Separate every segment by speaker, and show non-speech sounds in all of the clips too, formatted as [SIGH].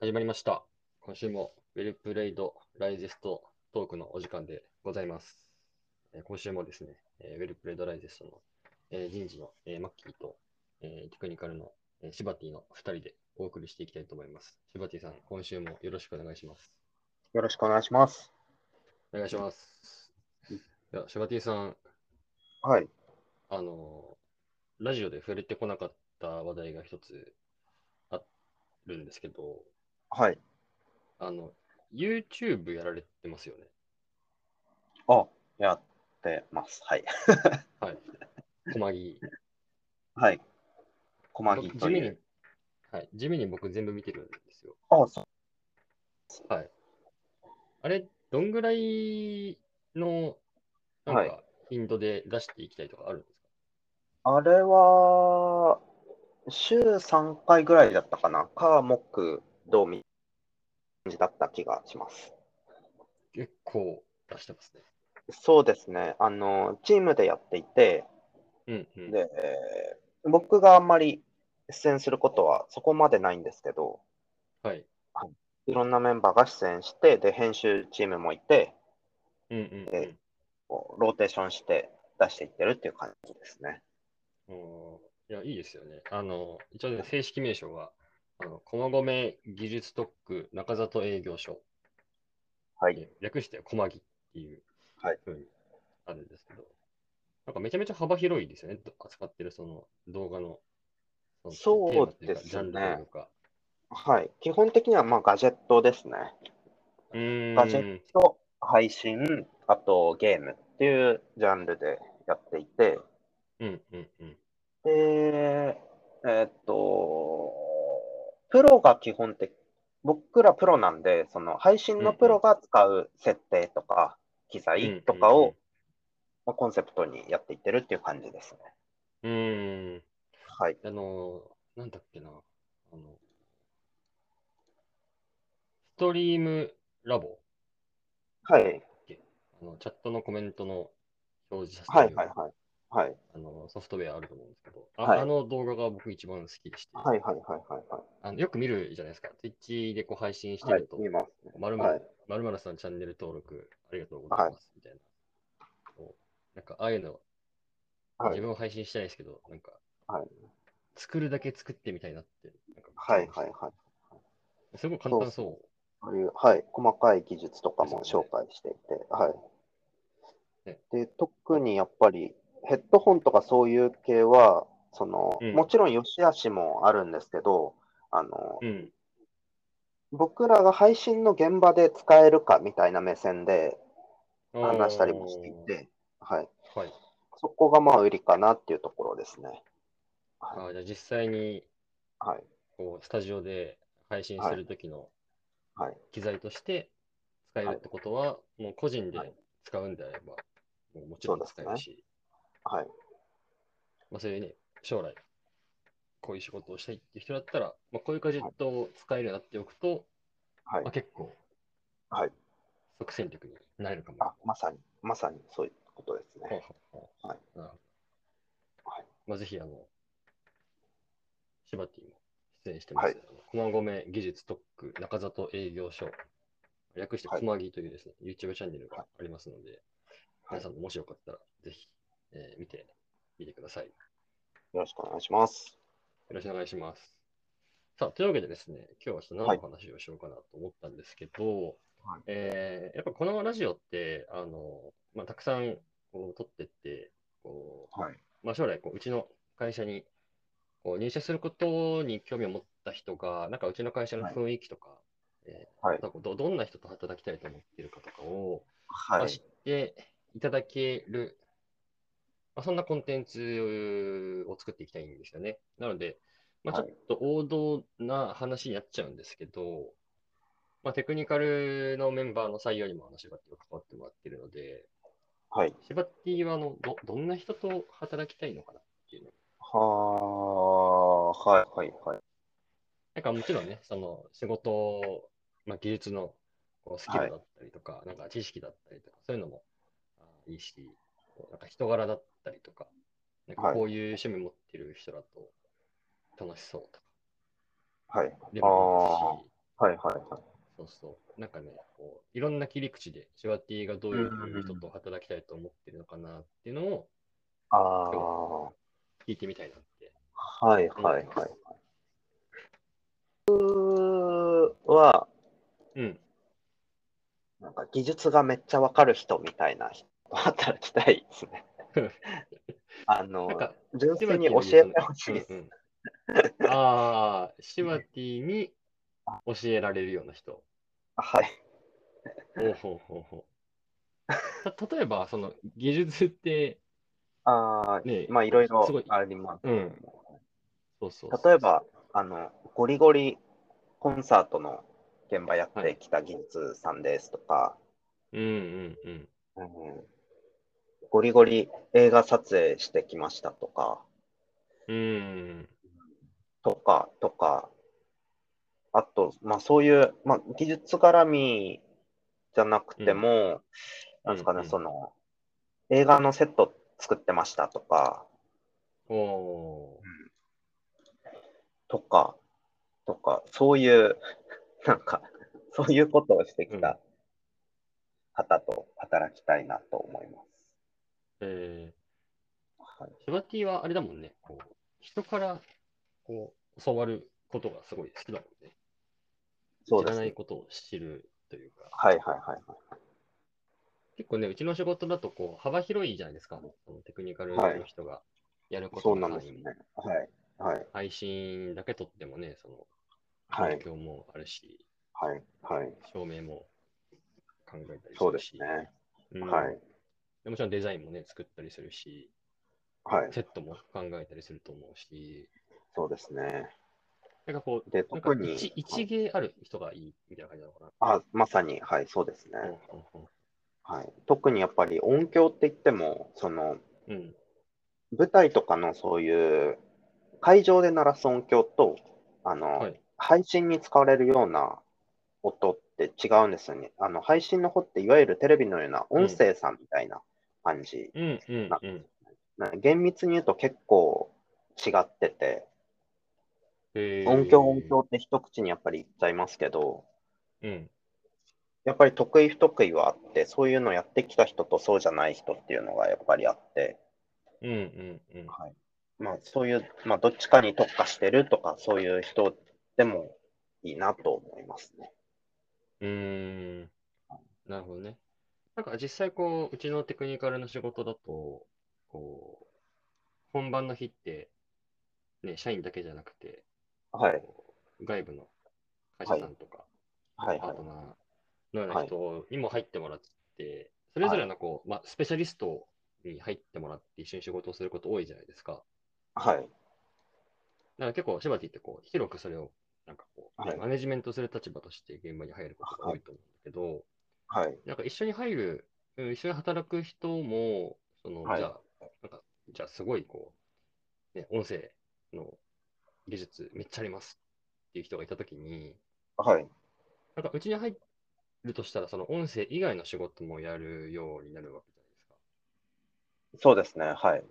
Speaker 1: 始まりました。今週もウェルプレイドライジェストトークのお時間でございます。えー今週もですね、えーウェルプレイドライジェストの、えー人事の、えーマッキーと、えーテクニカルの、えーシバティの2人でお送りしていきたいと思います。シバティさん、今週もよろしくお願いします。
Speaker 2: よろしくお願いします。
Speaker 1: お願いします。いやシバティさん、
Speaker 2: はい。
Speaker 1: あのーラジオで触れてこなかった話題が一つあるんですけど、
Speaker 2: はい。
Speaker 1: あの、YouTube やられてますよね。
Speaker 2: あ、やってます。はい。 [LAUGHS]
Speaker 1: はい。小ギ
Speaker 2: はい。小牧
Speaker 1: 僕
Speaker 2: と
Speaker 1: 地味
Speaker 2: い
Speaker 1: に
Speaker 2: う。、
Speaker 1: はい。地味に僕全部見てるんですよ。
Speaker 2: あ、そう。
Speaker 1: あれ、どんぐらいの、なん
Speaker 2: はい
Speaker 1: か、頻度で出していきたいとかあるんですか、
Speaker 2: あれは、週3回ぐらいだったかな。か、木、土、み、感じだった気がします。
Speaker 1: 結構出してますね。
Speaker 2: そうですね。あの、チームでやっていて、
Speaker 1: うんうん。
Speaker 2: で、僕があんまり出演することはそこまでないんですけど、
Speaker 1: はい。
Speaker 2: いろんなメンバーが出演して、で、編集チームもいて、
Speaker 1: うんうん、うん
Speaker 2: でこうローテーションして出していってるっていう感じですね。
Speaker 1: おーいや、いいですよね。あの、一応ね、正式名称は、あの、駒込技術特区中里営業所。
Speaker 2: はい
Speaker 1: え。略して駒木っていう
Speaker 2: はい
Speaker 1: ふうにあるんですけど、なんかめちゃめちゃ幅広いですよね、と扱ってるその動画の。の
Speaker 2: そう
Speaker 1: テーマといか
Speaker 2: ですね
Speaker 1: ジャンルというか。
Speaker 2: はい。基本的には、まあ、ガジェットですね。
Speaker 1: うーん。
Speaker 2: ガジェット、配信、あとゲームっていうジャンルでやっていて、
Speaker 1: うんうんうん。
Speaker 2: で、えーっと、プロが基本的、僕らプロなんで、その配信のプロが使う設定とか、機材とかをまあコンセプトにやっていってるっていう感じですね。
Speaker 1: うんうんうん。うーん。
Speaker 2: はい。
Speaker 1: あの、なんだっけな。あの、ストリームラボ。
Speaker 2: はい。
Speaker 1: あのチャットのコメントの表示させて
Speaker 2: はい
Speaker 1: る
Speaker 2: はいはい。はい。
Speaker 1: あのソフトウェアあると思うんですけど、あ,、
Speaker 2: はい
Speaker 1: あの動画が僕一番好きでして、
Speaker 2: はいはいはいはいはい。
Speaker 1: あのよく見るじゃないですか。Twitch でこう配信して
Speaker 2: はい
Speaker 1: ると、。
Speaker 2: 見ますね。
Speaker 1: まる
Speaker 2: はい。
Speaker 1: まるさんチャンネル登録ありがとうございますみたいな。こうなんかああいうの、
Speaker 2: はい
Speaker 1: 自分は配信してないですけど、なんか、
Speaker 2: はい
Speaker 1: 作るだけ作ってみたいなって。なんか
Speaker 2: はいはいはい。
Speaker 1: すごい簡単そ
Speaker 2: そういう、はい、細かい技術とかも
Speaker 1: ですよ
Speaker 2: 紹
Speaker 1: ね
Speaker 2: 介していて、は
Speaker 1: ね
Speaker 2: い。で、特にやっぱりヘッドホンとかそういう系は、その、
Speaker 1: うん
Speaker 2: もちろん良し悪しもあるんですけど、あの
Speaker 1: う。、うん。
Speaker 2: 僕らが配信の現場で使えるかみたいな目線で話したりもしていて、はい。
Speaker 1: あー。はい。
Speaker 2: そこがまあ売りかなっていうところですね。
Speaker 1: あーじゃあ実際に
Speaker 2: はい。
Speaker 1: こうスタジオで配信するときの
Speaker 2: はい。
Speaker 1: 機材として使えるってことは、もう個人で使うんであれば、もうもちろん使えるし、
Speaker 2: はい。
Speaker 1: まあ、そういうね、将来、こういう仕事をしたいっていう人だったら、まあ、こういうガジェットを使えるようになっておくと、
Speaker 2: はい
Speaker 1: まあ、。結構、
Speaker 2: はい。
Speaker 1: 即戦力になれるかも。
Speaker 2: あ、まさに、まさにそういうことですね。はい
Speaker 1: なるほど
Speaker 2: はい
Speaker 1: まあ、ぜひ、あの、シバティも出演してます。
Speaker 2: はい
Speaker 1: 駒込技術特区中里営業所、略して駒木というですね、YouTube チャンネルがありますので、
Speaker 2: はい
Speaker 1: 皆さんももしよかったら、ぜひ、えー見てみてください。よ
Speaker 2: よろしくお願いします。
Speaker 1: ろしくお願いします。さあ、というわけでですね、今日はちょっと何の話をしようかなと思ったんですけど、
Speaker 2: はい
Speaker 1: えーやっぱこのラジオって、あの、まあ、たくさんこう撮ってって、こう、
Speaker 2: はい。
Speaker 1: まあ、将来こう、うちの会社にこう入社することに興味を持った人が、なんかうちの会社の雰囲気とか、えー
Speaker 2: はい
Speaker 1: なんかどどんな人と働きたいと思ってるかとかを、ま
Speaker 2: は
Speaker 1: あ
Speaker 2: い
Speaker 1: 知。っていただける、まあ、そんなコンテンツを作っていきたいんですよね。なので、まあ、ちょ
Speaker 2: は
Speaker 1: っ
Speaker 2: い
Speaker 1: と王道な話になっちゃうんですけど、まあ、テクニカルのメンバーの採用にも話が関わってもらってるので、
Speaker 2: はい。
Speaker 1: シバッティはあのどどんな人と働きたいのかなっていうの
Speaker 2: はあ、はいはいはい。
Speaker 1: なんかもちろんね、その仕事、まあ、技術のこうスキルだったりとか、なんか知識だったりとか、そういうのもあいいし、こうなんか人柄だったりとか、なんか
Speaker 2: はい
Speaker 1: こういう趣味持ってる人だと楽しそうとか、
Speaker 2: はい。
Speaker 1: でもいいし、
Speaker 2: はいはいはい。
Speaker 1: そうそう。なんかね、こういろんな切り口で、シュワティがどういう人と働きたいと思ってるのかなっていうのを
Speaker 2: ああ、は
Speaker 1: 聞いてみたいなって。
Speaker 2: いはいはい。僕は、
Speaker 1: うん。
Speaker 2: なんか技術がめっちゃわかる人みたいな人と働きたいですね。あの
Speaker 1: なん、か、
Speaker 2: 純
Speaker 1: シ
Speaker 2: 粋
Speaker 1: ュワテ
Speaker 2: に
Speaker 1: ィ
Speaker 2: 教
Speaker 1: に
Speaker 2: えてほしいです
Speaker 1: う。んうんああ、シュワティに教えられるような人。
Speaker 2: はい。
Speaker 1: ほうほうほうほう。た例えば、その技術って、
Speaker 2: あ
Speaker 1: ね、
Speaker 2: あ、まあいろいろ
Speaker 1: すごい
Speaker 2: あります。
Speaker 1: うん。そうそうそう
Speaker 2: 例え、ば、あの、ゴリゴリコンサートの現場やってきた技術さんですとか、
Speaker 1: うんうんうん。
Speaker 2: うん、ゴリゴリ映画撮影してきましたとか、
Speaker 1: うんうん
Speaker 2: とか、とか、あと、まあそういう、まあ技術絡みじゃなくても、なんですかね、
Speaker 1: うんうん
Speaker 2: その、映画のセット作ってましたとか、
Speaker 1: うん。お
Speaker 2: とか、とか、そういう、 [LAUGHS] なんか、そういうことをしてき
Speaker 1: うん
Speaker 2: た方と働きたいなと思います。
Speaker 1: ーえ
Speaker 2: はい
Speaker 1: ー、シュワティはあれだもんね、こう人からこう教わることがすごい好きだもんね。
Speaker 2: そう
Speaker 1: 知
Speaker 2: で
Speaker 1: ら
Speaker 2: す
Speaker 1: な
Speaker 2: ね
Speaker 1: い。ことを知るというか、
Speaker 2: はいはいはい。
Speaker 1: 結構ね、うちの仕事だとこう幅広いじゃないですか、そのテクニカル
Speaker 2: はい
Speaker 1: の人がやること
Speaker 2: そう
Speaker 1: の
Speaker 2: なん
Speaker 1: 範
Speaker 2: です
Speaker 1: 囲
Speaker 2: ね
Speaker 1: も。
Speaker 2: はい。はい。
Speaker 1: 配信だけ撮ってもね、その
Speaker 2: は
Speaker 1: 環
Speaker 2: い。
Speaker 1: 境もあるし、
Speaker 2: はい。はい。
Speaker 1: 照明も考えたりするし。
Speaker 2: そうですね。
Speaker 1: うん
Speaker 2: はい。
Speaker 1: でもちろんデザインもね、作ったりするし、
Speaker 2: はい。
Speaker 1: セットも考えたりすると思うし、
Speaker 2: そうですね。
Speaker 1: なんかこう、
Speaker 2: で、
Speaker 1: なんか
Speaker 2: 特に、
Speaker 1: 一一芸ある人がいいみたいな感じなのか
Speaker 2: あ、まさに、はい、そうですね。
Speaker 1: な。うん
Speaker 2: はい。特にやっぱり音響って言っても、その、
Speaker 1: うんうん。
Speaker 2: 舞台とかのそういう会場で鳴らす音響と、あの、
Speaker 1: はい
Speaker 2: 配信に使われるような音って違うんですよね。あの、配信の方っていわゆるテレビのような音声さんみたいな感じ。
Speaker 1: うんうん
Speaker 2: な
Speaker 1: うん。
Speaker 2: な厳密に言うと結構違ってて、
Speaker 1: へー
Speaker 2: 音響音。響って一口にやっぱり言っちゃいますけど、
Speaker 1: うん。
Speaker 2: やっぱり得意不得意はあって、そういうのやってきた人とそうじゃない人っていうのがやっぱりあって、
Speaker 1: うんうんうん。
Speaker 2: まあ、そういう、まあ、どっちかに特化してるとか、そういう人でもいいなと思いますね。
Speaker 1: うーん。なるほどね。なんか実際こう、うちのテクニカルの仕事だと、こう、本番の日って、ね、社員だけじゃなくて、
Speaker 2: はい。
Speaker 1: 外部の会社さんとか、
Speaker 2: はい
Speaker 1: パー
Speaker 2: はい
Speaker 1: ト。ナーのような人にも入ってもらって、それぞれのこう、まあ、スペシャリストに入ってもらって一緒に仕事をすること多いじゃないですか。
Speaker 2: はい。
Speaker 1: だから結構、シバティってこう、広くそれを、なんかこう、
Speaker 2: はい
Speaker 1: マネジメントする立場として現場に入ることが多いと思うんだけど、
Speaker 2: はい。
Speaker 1: なんか一緒に入る、うん一緒に働く人も、その、
Speaker 2: はい
Speaker 1: じゃあ、なんか、じゃあすごいこう、ね、音声の技術めっちゃありますっていう人がいたときに、
Speaker 2: はい。
Speaker 1: なんかうちに入るとしたら、その音声以外の仕事もやるようになるわけじゃないですか。
Speaker 2: そうですね。はい。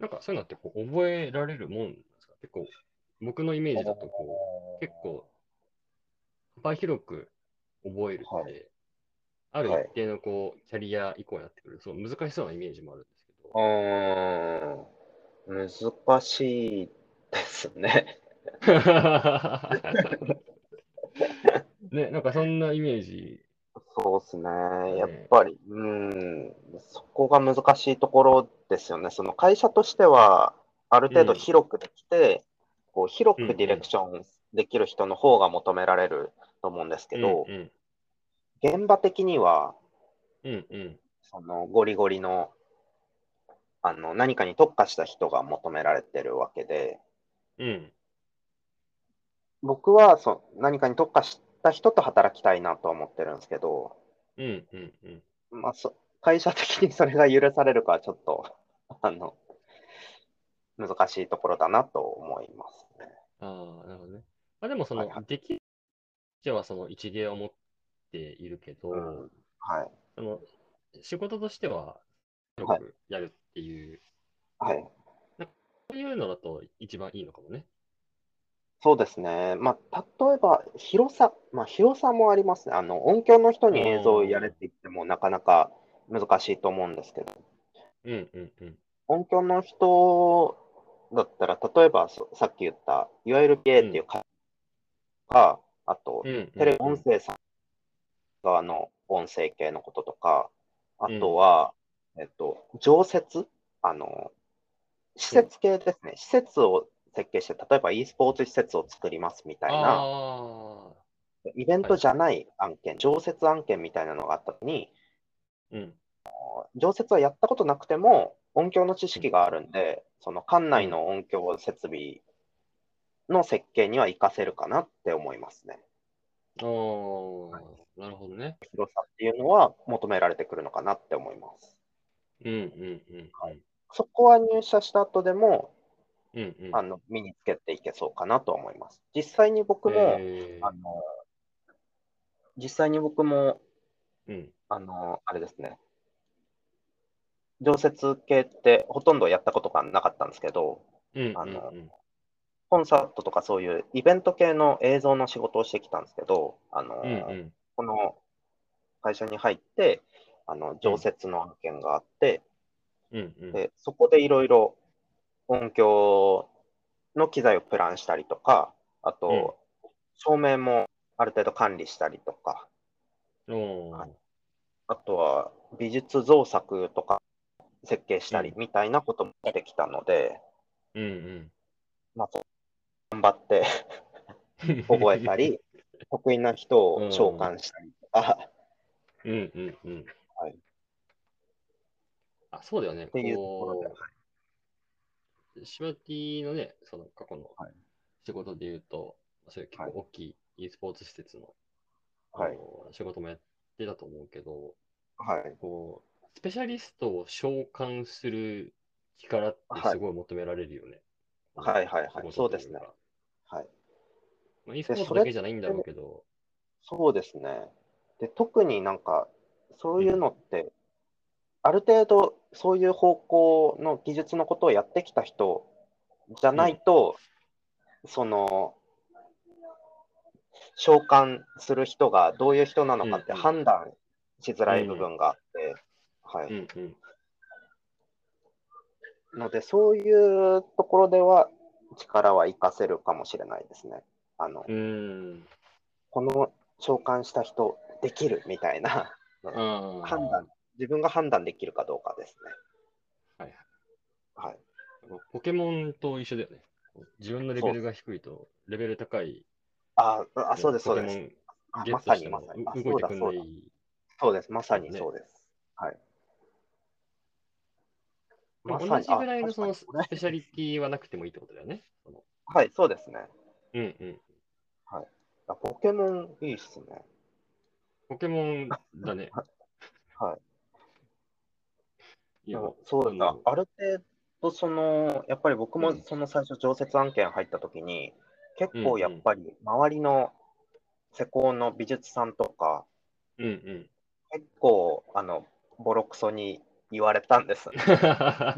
Speaker 1: なんかそういうのってこう覚えられるもんなんですか結構、僕のイメージだとこう、結構、幅広く覚えるっ
Speaker 2: は
Speaker 1: て、ある
Speaker 2: はい
Speaker 1: 一定のこう、キャリア以降になってくる、そう難しそうなイメージもあるんですけど。
Speaker 2: うーん。難しいですね。 [LAUGHS]
Speaker 1: ね、なんかそんなイメージ。
Speaker 2: そうですね。やっぱり、うーん。そこが難しいところですよね。その会社としては、ある程度広くできて、こう広くディレクションできる人の方が求められると思うんですけど、
Speaker 1: うん
Speaker 2: 現場的には、
Speaker 1: うんうん
Speaker 2: そのゴリゴリのあの何かに特化した人が求められてるわけで、
Speaker 1: うん
Speaker 2: 僕はそ何かに特化した人と働きたいなとは思ってるんですけど、
Speaker 1: うんうんうん
Speaker 2: まあ、そ会社的にそれが許されるかはちょっと [LAUGHS] あの難しいところだなと思いますね。
Speaker 1: ああ、なるほどね。まあでもそ
Speaker 2: は
Speaker 1: の
Speaker 2: いは、
Speaker 1: できる人はその一芸を持っているけど、
Speaker 2: うんはい
Speaker 1: その仕事としては広くやるっていう、
Speaker 2: はい、
Speaker 1: そういうのだと一番いいのかもね。
Speaker 2: そうですね。まあ、例えば、広さ、まあ、広さもありますね。あの、音響の人に映像をやれって言っても、なかなか難しいと思うんですけど、
Speaker 1: うんうんうん。
Speaker 2: 音響の人だったら、例えば、そさっき言った、いわゆる PA っていう会社が、あと、
Speaker 1: うんうん
Speaker 2: テレビ音声さん側の音声系のこととか、あとは、えっと、常設あの、施設系ですね。施設を設計して、例えば e スポーツ施設を作りますみたいな、
Speaker 1: ああ。
Speaker 2: イベントじゃない案件、常設案件みたいなのがあった時に、
Speaker 1: うん。
Speaker 2: 常設はやったことなくても、音響の知識があるんで、その館内の音響設備の設計には活かせるかなって思いますね。
Speaker 1: ああ、なるほどね。
Speaker 2: 広さっていうのは求められてくるのかなって思います。
Speaker 1: うんうんうん。はい。
Speaker 2: そこは入社した後でも、
Speaker 1: うんうん。
Speaker 2: あの身につけていけそうかなと思います。実際に僕も、
Speaker 1: えー
Speaker 2: あの実際に僕も、
Speaker 1: うん。
Speaker 2: あのあれですね、常設系ってほとんどやったことがなかったんですけど、
Speaker 1: うんうん
Speaker 2: あ
Speaker 1: う
Speaker 2: の
Speaker 1: ん。
Speaker 2: コンサートとかそういうイベント系の映像の仕事をしてきたんですけど、あの
Speaker 1: うんうん。
Speaker 2: この会社に入って、あの常設の案件があって、
Speaker 1: うんうん。
Speaker 2: でそこでいろいろ音響の機材をプランしたりとか、あと、照明もある程度管理したりとか、
Speaker 1: おー
Speaker 2: あとは美術造作とか設計したり
Speaker 1: う
Speaker 2: みたいなこともできたので、
Speaker 1: うん
Speaker 2: まあ、そう頑張
Speaker 1: [LAUGHS]
Speaker 2: って
Speaker 1: うん。
Speaker 2: 覚えた。り、得意な人を召喚したりとか、
Speaker 1: うんうんうん。
Speaker 2: はい。
Speaker 1: あ、そうだよね。
Speaker 2: っていうところで
Speaker 1: こう、シマティのね、その過去の
Speaker 2: はい
Speaker 1: 仕事で言うと、そういう結構大きい e スポーツ施設の
Speaker 2: はい
Speaker 1: あの仕事もやってたと思うけど、
Speaker 2: はい、
Speaker 1: こう、スペシャリストを召喚する力ってすごい求められるよね。
Speaker 2: はいはいはい
Speaker 1: 仕事といか
Speaker 2: そうですねはい。
Speaker 1: まあ、e スポーツだけじゃないんだろうけど、
Speaker 2: そうですね。で、特になんか、そういうのって、ある程度、そういう方向の技術のことをやってきた人じゃないと、その、召喚する人がどういう人なのかって
Speaker 1: うんうん
Speaker 2: 判断しづらい部分があって、は
Speaker 1: う
Speaker 2: い。
Speaker 1: んうん。
Speaker 2: ので、そういうところでは、力は活かせるかもしれないですね。あの
Speaker 1: う、ーん。
Speaker 2: この召喚した人、できるみたいな。
Speaker 1: あー
Speaker 2: 判断、自分が判断できるかどうかですね。
Speaker 1: はいはい。
Speaker 2: はい。
Speaker 1: ポケモンと一緒だよね。自分のレベルが低いと、レベル高い
Speaker 2: ああ、そうです、そ
Speaker 1: ポ
Speaker 2: う
Speaker 1: ケモ
Speaker 2: です。
Speaker 1: ン
Speaker 2: あ
Speaker 1: ゲ
Speaker 2: ま
Speaker 1: ット
Speaker 2: さ
Speaker 1: して
Speaker 2: に、ま
Speaker 1: も
Speaker 2: さに。あ
Speaker 1: う
Speaker 2: そ
Speaker 1: 動
Speaker 2: う
Speaker 1: いて
Speaker 2: だ、
Speaker 1: くん
Speaker 2: そう
Speaker 1: ない。
Speaker 2: だ。そうです、まさに
Speaker 1: ね
Speaker 2: そうです。はい。
Speaker 1: まあ
Speaker 2: まさ
Speaker 1: 同
Speaker 2: に
Speaker 1: じぐらいの
Speaker 2: あ
Speaker 1: そのス
Speaker 2: 確かにこ
Speaker 1: ペシャリティはなくてもいいってことだよね。その
Speaker 2: れはい、そうですね。
Speaker 1: うんうん。
Speaker 2: あポケモンいいっすね。
Speaker 1: ポケモンだね。
Speaker 2: [LAUGHS] はいい。
Speaker 1: や
Speaker 2: でもそうだ
Speaker 1: あの。
Speaker 2: ある程度、その、やっぱり僕
Speaker 1: う
Speaker 2: も
Speaker 1: ん
Speaker 2: その最初、常設案件入った時に、結構やっぱり周りの施工の美術さんとか、
Speaker 1: うんうん。
Speaker 2: [LAUGHS] 結構、あの、ボロクソに言われたんですね。
Speaker 1: あ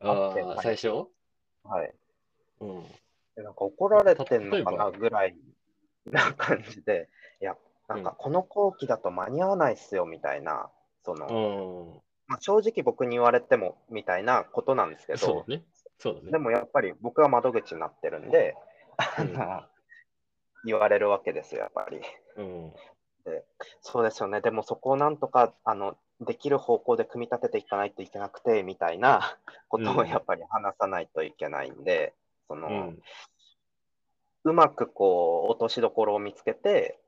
Speaker 1: あ、最初
Speaker 2: はい。
Speaker 1: うん。
Speaker 2: でなんか怒られてんのか
Speaker 1: 例えば
Speaker 2: なぐらいな感じで、いや、なんか
Speaker 1: うん
Speaker 2: この後期だと間に合わないっすよみたいな、その、
Speaker 1: うん
Speaker 2: まあ、正直僕に言われてもみたいなことなんですけ
Speaker 1: そ
Speaker 2: ど
Speaker 1: う、ね。そうだ
Speaker 2: で
Speaker 1: ね。
Speaker 2: もやっぱり僕は窓口になってるんで、あ
Speaker 1: うん
Speaker 2: の言われるわけですよ、やっぱり。
Speaker 1: うん。
Speaker 2: そうですよね、でもそこをなんとかあのできる方向で組み立てていかないといけなくてみたいなこと
Speaker 1: う
Speaker 2: を
Speaker 1: ん
Speaker 2: やっぱり話さないといけないんで、その、
Speaker 1: う。
Speaker 2: うんまくこう落としどころを見つけて、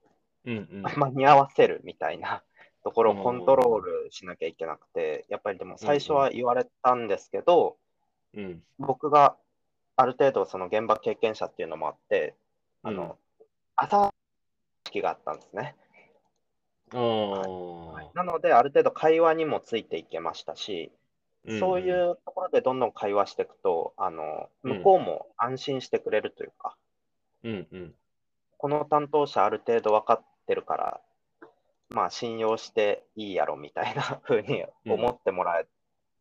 Speaker 1: うんうん。
Speaker 2: [LAUGHS] 間に合わせるみたいな [LAUGHS] ところをコントロールしなきゃいけなくて、やっぱりでも最初は言われたんですけど、
Speaker 1: うん。
Speaker 2: 僕がある程度その現場経験者っていうのもあって、 [LAUGHS] あの、朝式があったんですね。
Speaker 1: ああ、
Speaker 2: なので、ある程度会話にもついていけましたし、そうい
Speaker 1: んん。
Speaker 2: うところでどんどん会話していくと、あの、向こうも安心してくれるというか、
Speaker 1: うんうん。
Speaker 2: この担当者ある程度分かってるから、まあ信用していいやろみたいな風に思ってもらえ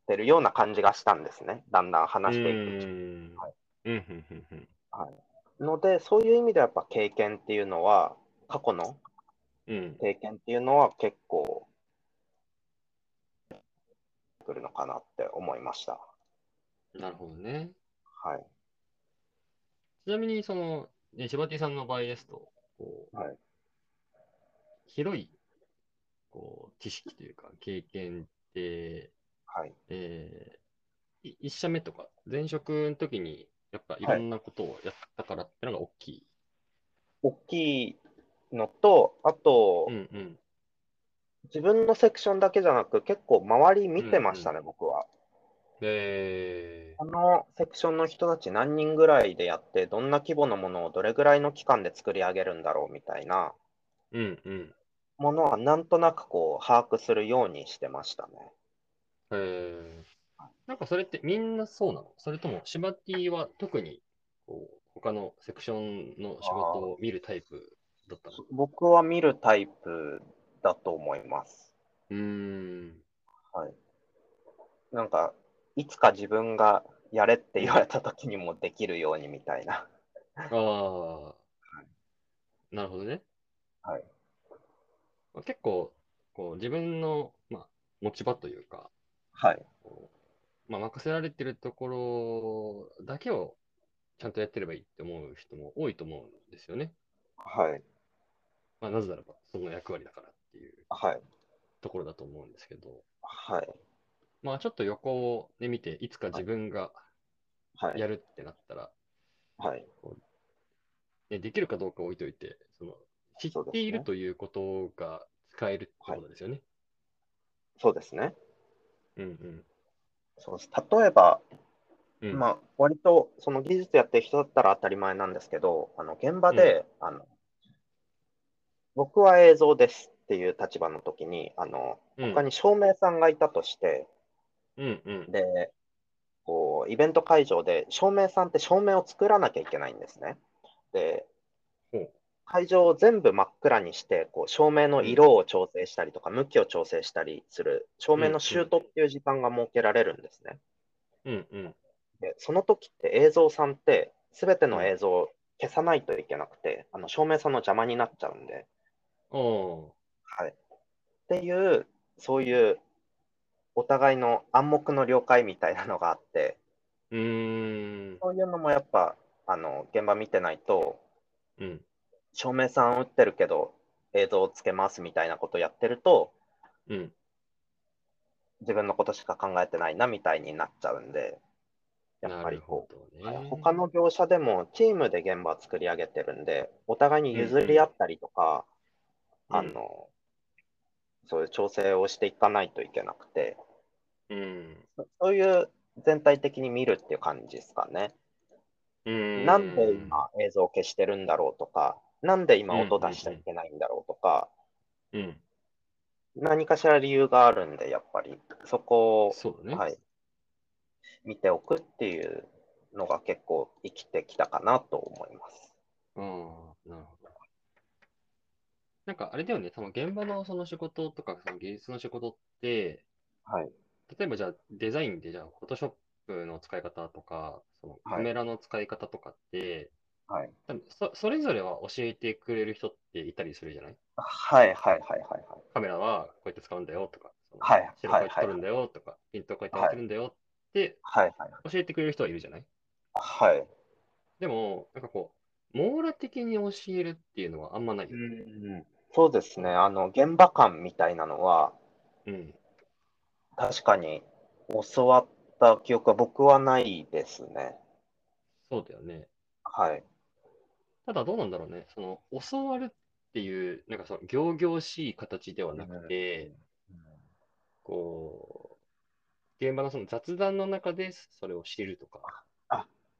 Speaker 2: てるような感じがしたんですね。だんだん話していくうちに。
Speaker 1: うん
Speaker 2: はい
Speaker 1: うん、うん、うん、うん。
Speaker 2: ので、そういう意味ではやっぱ経験っていうのは、過去の
Speaker 1: うん、
Speaker 2: 経験っていうのは結構、くるのかなって思いました。
Speaker 1: なるほどね。
Speaker 2: はい。
Speaker 1: ちなみに、その、ね、千葉 T さんの場合ですと、こう、
Speaker 2: はい
Speaker 1: 広い、こう、知識というか、経験って、
Speaker 2: はい。
Speaker 1: えー、い一社目とか、前職の時に、やっぱいろんなことをやったからってのが大きい。
Speaker 2: 大きいのと、あと、
Speaker 1: うんうん。
Speaker 2: 自分のセクションだけじゃなく、結構周り見てましたね、僕は。
Speaker 1: え
Speaker 2: このセクションの人たち何人ぐらいでやって、どんな規模のものをどれぐらいの期間で作り上げるんだろうみたいな
Speaker 1: ー、うんうん。
Speaker 2: ものはなんとなくこう把握するようにしてましたね。
Speaker 1: えー、なんかそれってみんなそうなのそれとも、シバティは特に、こう、他のセクションの仕事を見るタイプだったの
Speaker 2: 僕は見るタイプだと思います。
Speaker 1: うーん。
Speaker 2: はい。なんか、いつか自分がやれって言われた時にもできるようにみたいな。
Speaker 1: ああ、なるほどね。
Speaker 2: はい。
Speaker 1: まあ結構、こう、自分の、まあ、持ち場というか、
Speaker 2: はい。
Speaker 1: こうまあ、任せられてるところだけをちゃんとやってればいいって思う人も多いと思うんですよね。
Speaker 2: はい。
Speaker 1: まあ、なぜならば、その役割だからっていう
Speaker 2: はい。
Speaker 1: ところだと思うんですけど、
Speaker 2: はい。
Speaker 1: まあ、ちょっと横で見て、いつか自分が
Speaker 2: はい。
Speaker 1: やるってなったら、
Speaker 2: はい。
Speaker 1: ね、できるかどうか置いといて、その知
Speaker 2: そう
Speaker 1: っ
Speaker 2: です
Speaker 1: て
Speaker 2: ね
Speaker 1: いるということが使えるってことですよね。
Speaker 2: そうですね。
Speaker 1: うん
Speaker 2: そうです。例えば、
Speaker 1: うん。うん、
Speaker 2: まあ、割とその技術やってる人だったら当たり前なんですけど、あの現場で、あの僕は映像ですっていう立場の時に、あの
Speaker 1: うん
Speaker 2: 他に照明さんがいたとして、
Speaker 1: うんうん。
Speaker 2: でこうイベント会場で照明さんって照明を作らなきゃいけないんですね。で
Speaker 1: ほう
Speaker 2: 会場を全部真っ暗にしてこう照明の色を調整したりとか向きを調整したりする照明のシュートっていう時間が設けられるんですね。
Speaker 1: うんうん。
Speaker 2: で、その時って映像さんって、すべての映像を消さないといけなくて、あの照明さんの邪魔になっちゃうんで、
Speaker 1: お
Speaker 2: はい。っていう、そういう、お互いの暗黙の了解みたいなのがあって、
Speaker 1: ーうーん。
Speaker 2: そういうのもやっぱ、あの、現場見てないと、
Speaker 1: うん。
Speaker 2: 照明さん打ってるけど、映像をつけますみたいなことやってると、
Speaker 1: うん。
Speaker 2: 自分のことしか考えてないなみたいになっちゃうんで、やっぱ
Speaker 1: な
Speaker 2: り
Speaker 1: る
Speaker 2: こう
Speaker 1: ほ、ど
Speaker 2: はい
Speaker 1: ね。
Speaker 2: 他の業者でもチームで現場を作り上げてるんで、お互いに譲り合ったりとか、
Speaker 1: うん
Speaker 2: あのそういう調整をしていかないといけなくて、
Speaker 1: うん。
Speaker 2: そういう全体的に見るっていう感じですかね。
Speaker 1: うん。
Speaker 2: なんで今映像を消してるんだろうとか、なんで今音出しちゃいけないんだろうとか、
Speaker 1: うん。
Speaker 2: 何かしら理由があるんで、やっぱりそこを、
Speaker 1: そうだね。
Speaker 2: はい、見ておくっていうのが結構生きてきたかなと思います。
Speaker 1: ああ、なるほど。なんかあれだよね、その現場のその仕事とか、その技術の仕事って、
Speaker 2: はい、
Speaker 1: 例えばじゃあデザインでじゃあ、フォトショップの使い方とか、そのカメラの使い方とかって、
Speaker 2: はい
Speaker 1: 多分そそれぞれは教えてくれる人っていたりするじゃない
Speaker 2: はいはいはいはいはい。
Speaker 1: カメラはこうやって使うんだよとか、その
Speaker 2: はい
Speaker 1: 白こうやっ
Speaker 2: は
Speaker 1: て
Speaker 2: い
Speaker 1: 撮るんだよとか、ピントこうやってやってるんだよって
Speaker 2: はいはい
Speaker 1: 教えてくれる人はいるじゃない
Speaker 2: はい。
Speaker 1: でも、なんかこう、網羅的に教えるっていうのはあんまないよ。
Speaker 2: うんそうですね、あの現場感みたいなのは、
Speaker 1: うん。
Speaker 2: 確かに教わった記憶は僕はないですね。
Speaker 1: そうだよね。
Speaker 2: はい。
Speaker 1: ただどうなんだろうね。その、教わるっていう、なんかその、仰々しい形ではなくて、こう、現場のその雑談の中でそれを知るとか、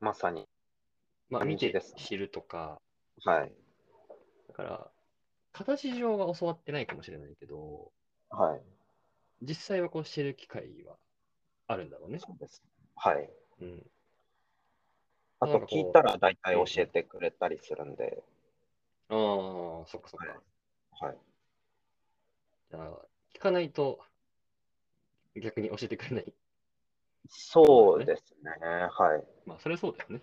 Speaker 2: まさに。
Speaker 1: まあ見
Speaker 2: 感じ
Speaker 1: て
Speaker 2: です
Speaker 1: 知るとか、
Speaker 2: はい。
Speaker 1: だから、形上は教わってないかもしれないけど、
Speaker 2: はい。
Speaker 1: 実際はこう知る機会はあるんだろうね。
Speaker 2: そうです。はい。
Speaker 1: うん。
Speaker 2: あ
Speaker 1: な
Speaker 2: と
Speaker 1: んかこう
Speaker 2: 聞いたら大体教えてくれたりするんで、
Speaker 1: ああ、そっかそっか。
Speaker 2: はい。
Speaker 1: じゃあ、聞かないと、逆に教えてくれない。
Speaker 2: そうですね。はい。
Speaker 1: まあ、それはそうだよね。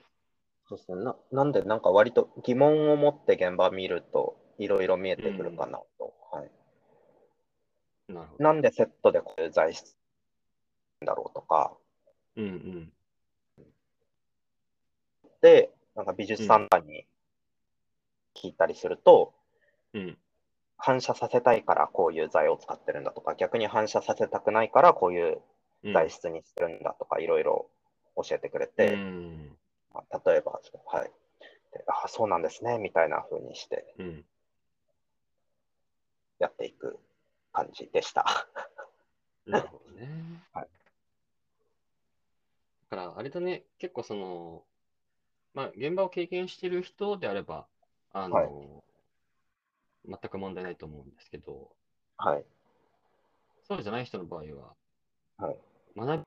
Speaker 2: そうですねな。なんで、なんか割と疑問を持って現場見ると、いろいろ見えてくるかなと。はい、
Speaker 1: なるほど。
Speaker 2: なんでセットでこういう材質なんだろうとか、
Speaker 1: うんうん。
Speaker 2: で、なんか美術さんとかに聞いたりすると、
Speaker 1: うん。
Speaker 2: 反射させたいからこういう材を使ってるんだとか、逆に反射させたくないからこういう
Speaker 1: うん
Speaker 2: 材質にするんだとか、いろいろ教えてくれて、
Speaker 1: うん。
Speaker 2: まあ例えば、はい。であそうなんですね、みたいな風にして
Speaker 1: うん。
Speaker 2: やっていく感じでした。 [LAUGHS]
Speaker 1: なるほどね。
Speaker 2: はい。
Speaker 1: だから、あれだね、結構その、まあ、現場を経験している人であれば、あの、
Speaker 2: はい
Speaker 1: 全く問題ないと思うんですけど、
Speaker 2: はい。
Speaker 1: そうじゃない人の場合は、
Speaker 2: はい
Speaker 1: 学び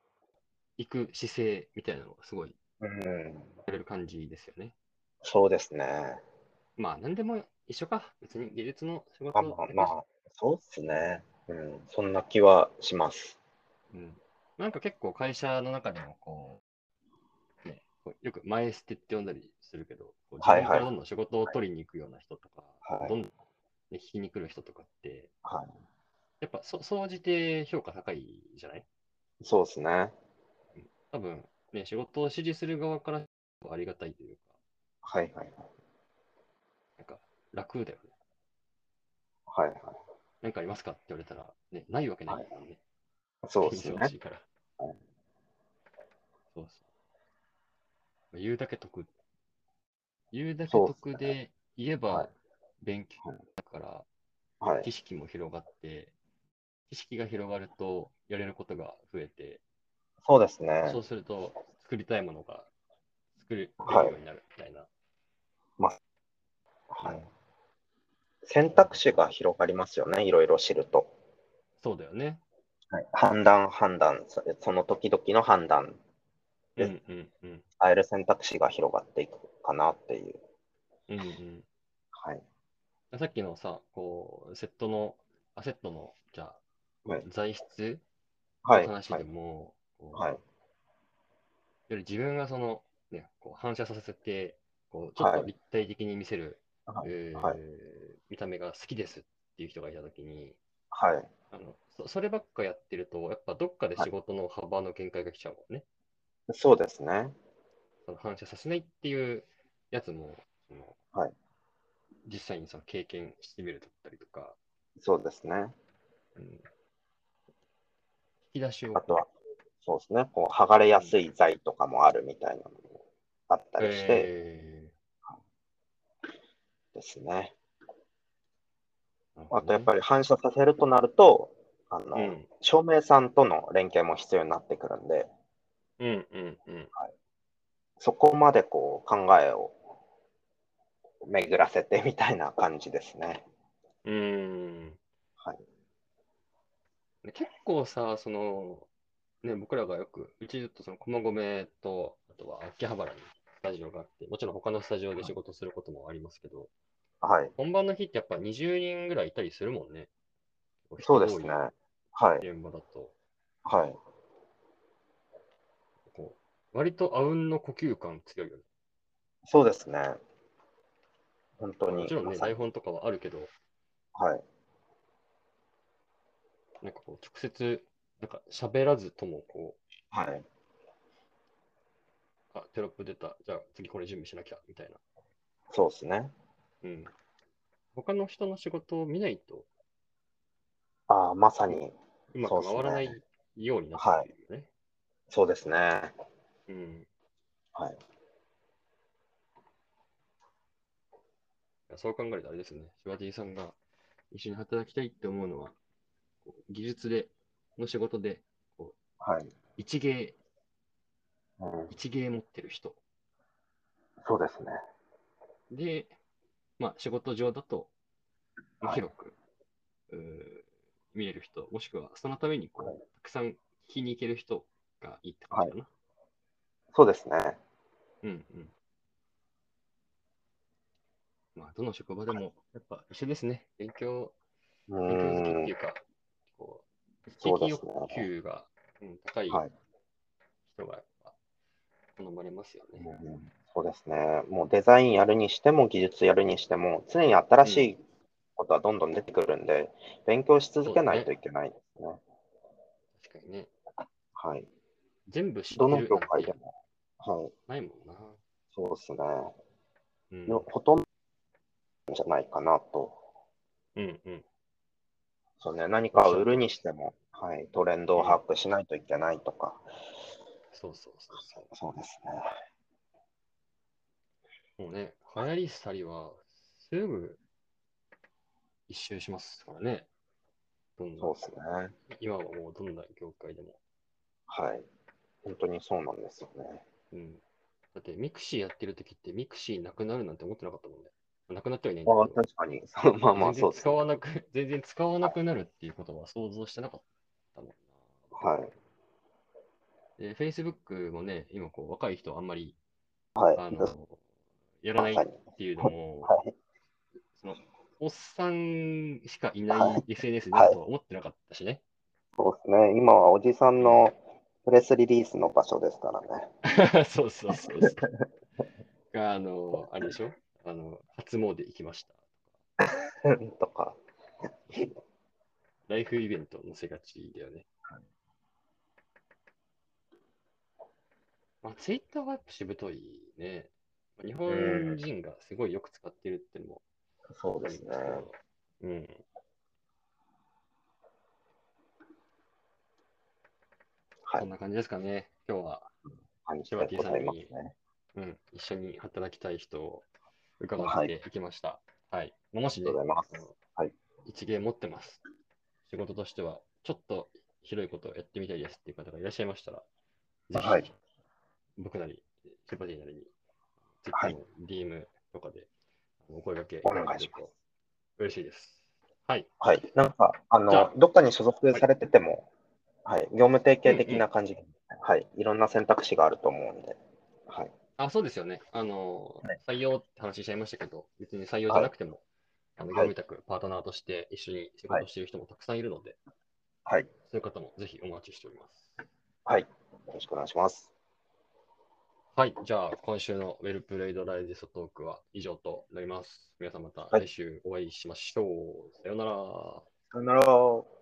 Speaker 1: いく姿勢みたいなのがすごい
Speaker 2: うん、
Speaker 1: される感じですよね。
Speaker 2: そうですね。
Speaker 1: まあ、何でも一緒か。別に技術の仕
Speaker 2: ま
Speaker 1: 事
Speaker 2: あ
Speaker 1: を
Speaker 2: まあ、まあ、そうですね。うん、そんな気はします。
Speaker 1: うん、なんか結構会社の中でもこう、ね、こうよく前捨てって呼んだりするけど、こう自
Speaker 2: はいはい
Speaker 1: 分からどんどん仕事を取りに行くような人とか、
Speaker 2: はい
Speaker 1: どんどん、ね、引きに来る人とかって、
Speaker 2: は
Speaker 1: やっぱそ総じて評価高いじゃない
Speaker 2: そうですね。
Speaker 1: 多分、ね、仕事を支持する側からありがたいというか、
Speaker 2: はいはい。
Speaker 1: なんか楽だよね。
Speaker 2: はいはい。
Speaker 1: なんかありますかって言われたら、ね、ないわけないもんね。
Speaker 2: そうですね
Speaker 1: 忙。しいから。
Speaker 2: はい
Speaker 1: そうそう。言うだけ得。言うだけ
Speaker 2: そうっす
Speaker 1: 得で言え
Speaker 2: は
Speaker 1: ば
Speaker 2: い
Speaker 1: 勉強
Speaker 2: はい
Speaker 1: だから、
Speaker 2: はい
Speaker 1: 知。識も広がって、知識が広がるとやれることが増えて、
Speaker 2: そうですね
Speaker 1: そ。うすると作りたいものが作れる
Speaker 2: はい
Speaker 1: ようになるみたいな。
Speaker 2: はい、選択肢が広がりますよね、いろいろ知ると。
Speaker 1: そうだよね。
Speaker 2: はい、判断、判断、そその時々の判断、
Speaker 1: う
Speaker 2: で
Speaker 1: んうんうん。
Speaker 2: 変える選択肢が広がっていくかなっていう。
Speaker 1: うんうん
Speaker 2: はい。
Speaker 1: さっきのさ、こう、セットの、アセットの、じゃあ、
Speaker 2: はい
Speaker 1: 材質
Speaker 2: は
Speaker 1: の
Speaker 2: い。
Speaker 1: 話
Speaker 2: は
Speaker 1: で
Speaker 2: い。
Speaker 1: も、こう
Speaker 2: はい、
Speaker 1: より自分がその、ね、こう反射させて、こうちょっと
Speaker 2: はい
Speaker 1: 立体的に見せる、
Speaker 2: はい
Speaker 1: えー
Speaker 2: はい
Speaker 1: 見た目が好きですっていう人がいたときに
Speaker 2: はい。
Speaker 1: あのそ、そればっかやってると、やっぱどっかで仕事の幅の限界が来ちゃうもんね。
Speaker 2: そうですね。
Speaker 1: その反射させないっていうやつも、その
Speaker 2: はい
Speaker 1: 実際にその経験してみるだったりとか、
Speaker 2: そうですね。
Speaker 1: うん引き出しを
Speaker 2: あとは、そうですね。こう、剥がれやすい材とかもあるみたいなのもあったりして
Speaker 1: え
Speaker 2: ですね。
Speaker 1: ーなるほ
Speaker 2: あ
Speaker 1: ど
Speaker 2: と、
Speaker 1: ね
Speaker 2: やっぱり反射させるとなると、あの、
Speaker 1: うん
Speaker 2: 照明さんとの連携も必要になってくるんで、
Speaker 1: うんうんうん。
Speaker 2: そこまでこう考えを巡らせてみたいな感じですね。
Speaker 1: うーん。
Speaker 2: はい
Speaker 1: で結構さ、その、ね、僕らがよく、うちずっとその駒込と、あとは秋葉原にスタジオがあって、もちろん他のスタジオで仕事することもありますけど、
Speaker 2: はい。
Speaker 1: 本番の日ってやっぱ20人ぐらいいたりするもんね。
Speaker 2: そうですね。
Speaker 1: 人
Speaker 2: はい。
Speaker 1: 多い現場だと、
Speaker 2: はい。
Speaker 1: こう、割とあうんの呼吸感強いよね。
Speaker 2: そうですね。本当に。
Speaker 1: もちろん
Speaker 2: ま
Speaker 1: ね、
Speaker 2: さに
Speaker 1: 台本とかはあるけど、
Speaker 2: はい。
Speaker 1: なんかこう、直接、なんか喋らずとも、こ
Speaker 2: はい。
Speaker 1: う、あ、テロップ出た、じゃあ次これ準備しなきゃ、みたいな。
Speaker 2: そうですね。
Speaker 1: うん。他の人の仕事を見ないと、
Speaker 2: ああ、まさに、
Speaker 1: うまく回らないようになってるよね。
Speaker 2: そうですね。
Speaker 1: うん。
Speaker 2: はい。
Speaker 1: そう考えるとあれですね。シワティさんが一緒に働きたいって思うのは、こう技術で、の仕事で、
Speaker 2: はい。
Speaker 1: 一芸、
Speaker 2: うん、
Speaker 1: 一芸持ってる人。
Speaker 2: そうですね。
Speaker 1: で、まあ仕事上だと、まあ
Speaker 2: はい
Speaker 1: 広く、うー見れる人、もしくはそのためにこ、
Speaker 2: はいう
Speaker 1: たくさん聞きに行ける人がいいって感じかな。
Speaker 2: そうですね。
Speaker 1: うんうん。まあ、どの職場でも、やっぱ一緒ですね。勉強、
Speaker 2: う
Speaker 1: 勉強好きっ
Speaker 2: ん
Speaker 1: てい。うか、こう、
Speaker 2: そう
Speaker 1: 定
Speaker 2: で
Speaker 1: 期
Speaker 2: すね
Speaker 1: 欲求が、うん、高い
Speaker 2: はい
Speaker 1: 人がやっぱ好まれますよね。
Speaker 2: うんそうですね。もうデザインやるにしても、技術やるにしても、常に新しいことはどんどん出てくるんで、勉強し続けないといけないですね。
Speaker 1: 確かにね。
Speaker 2: はい。
Speaker 1: 全部知って
Speaker 2: ど
Speaker 1: るな
Speaker 2: の
Speaker 1: んて
Speaker 2: 業界でも。はい。
Speaker 1: ないもんな。
Speaker 2: そうですね。
Speaker 1: うん。
Speaker 2: よほとんどじゃないかなと。
Speaker 1: うんうん。
Speaker 2: そうね。何かを売るにしても、はい。トレンドを把握しないといけないとか。
Speaker 1: そうそうそうそう。
Speaker 2: そうですね。
Speaker 1: もうね、流行り廃りはすぐ一周しますからね。どん
Speaker 2: そ
Speaker 1: ど
Speaker 2: うですね。
Speaker 1: ん今はもうどんな業界でも。
Speaker 2: はい。本当にそうなんですよね。
Speaker 1: うん、だってミクシーやってる時ってミクシーなくなるなんて思ってなかったもんね。なくなってはいないんだ
Speaker 2: あ
Speaker 1: けど。
Speaker 2: 確かに。 [LAUGHS] そうまあまあ、
Speaker 1: 全然
Speaker 2: そうですね
Speaker 1: 使。わなく、全然使わなくなるっていうことは想像してなかったもん
Speaker 2: はい。
Speaker 1: な。で、Facebook もね、今こう若い人あんまり、
Speaker 2: はい。
Speaker 1: あ
Speaker 2: 確
Speaker 1: の、やらない
Speaker 2: か
Speaker 1: っ
Speaker 2: に。
Speaker 1: ていうのも、
Speaker 2: はい。
Speaker 1: その、おっさんしかい
Speaker 2: は
Speaker 1: ないい SNS になるとは思ってなかったしね。
Speaker 2: そうですね。今はおじさんのプレスリリースの場所ですからね。
Speaker 1: [LAUGHS] そうそうそうそう。が、あの、あれでしょあの、初詣行きました。
Speaker 2: [LAUGHS] とか。
Speaker 1: ライフイベント載せがちだよね。まあ、ツイッターはやっぱしぶといね。まあ日本人がすごいよく使ってるっていうのも
Speaker 2: そう
Speaker 1: あ
Speaker 2: で
Speaker 1: る
Speaker 2: す
Speaker 1: ん
Speaker 2: ね
Speaker 1: です。けど。うん。
Speaker 2: はい
Speaker 1: そんな感じですかね。今日は、
Speaker 2: 感じでございますね。
Speaker 1: うん、一緒に働きたい人を伺っていきました。はい。まあもし
Speaker 2: あり
Speaker 1: ね
Speaker 2: がとう、ございます。はい
Speaker 1: 一芸持ってます。仕事としては、ちょっと広いことをやってみたいですっていう方がいらっしゃいましたら、ぜひ、
Speaker 2: はい
Speaker 1: 僕なり、シェパティなりに、ツイ
Speaker 2: は
Speaker 1: ッ
Speaker 2: い
Speaker 1: の DM とかでお声掛け
Speaker 2: お願いします
Speaker 1: と嬉しいです。はい。
Speaker 2: はい。なんか、あ
Speaker 1: じゃあ
Speaker 2: の、どっかに所属されてても、はい。業務提携的な感じ、はい。いろんな選択肢があると思うんで。はい。
Speaker 1: あ、そうですよね。あの、
Speaker 2: はい
Speaker 1: 採用って話しちゃいましたけど、別に採用じゃなくても、あの業務委託、パートナーとして一緒に仕事をしている人もたくさんいるので、
Speaker 2: はい。
Speaker 1: そういう方もぜひお待ちしております。
Speaker 2: はい。よろしくお願いします。
Speaker 1: はい。じゃあ、今週のウェルプレイドライズストトークは以上となります。皆さんまた
Speaker 2: はい
Speaker 1: 来週お会いしましょう。さようなら。
Speaker 2: さよなら。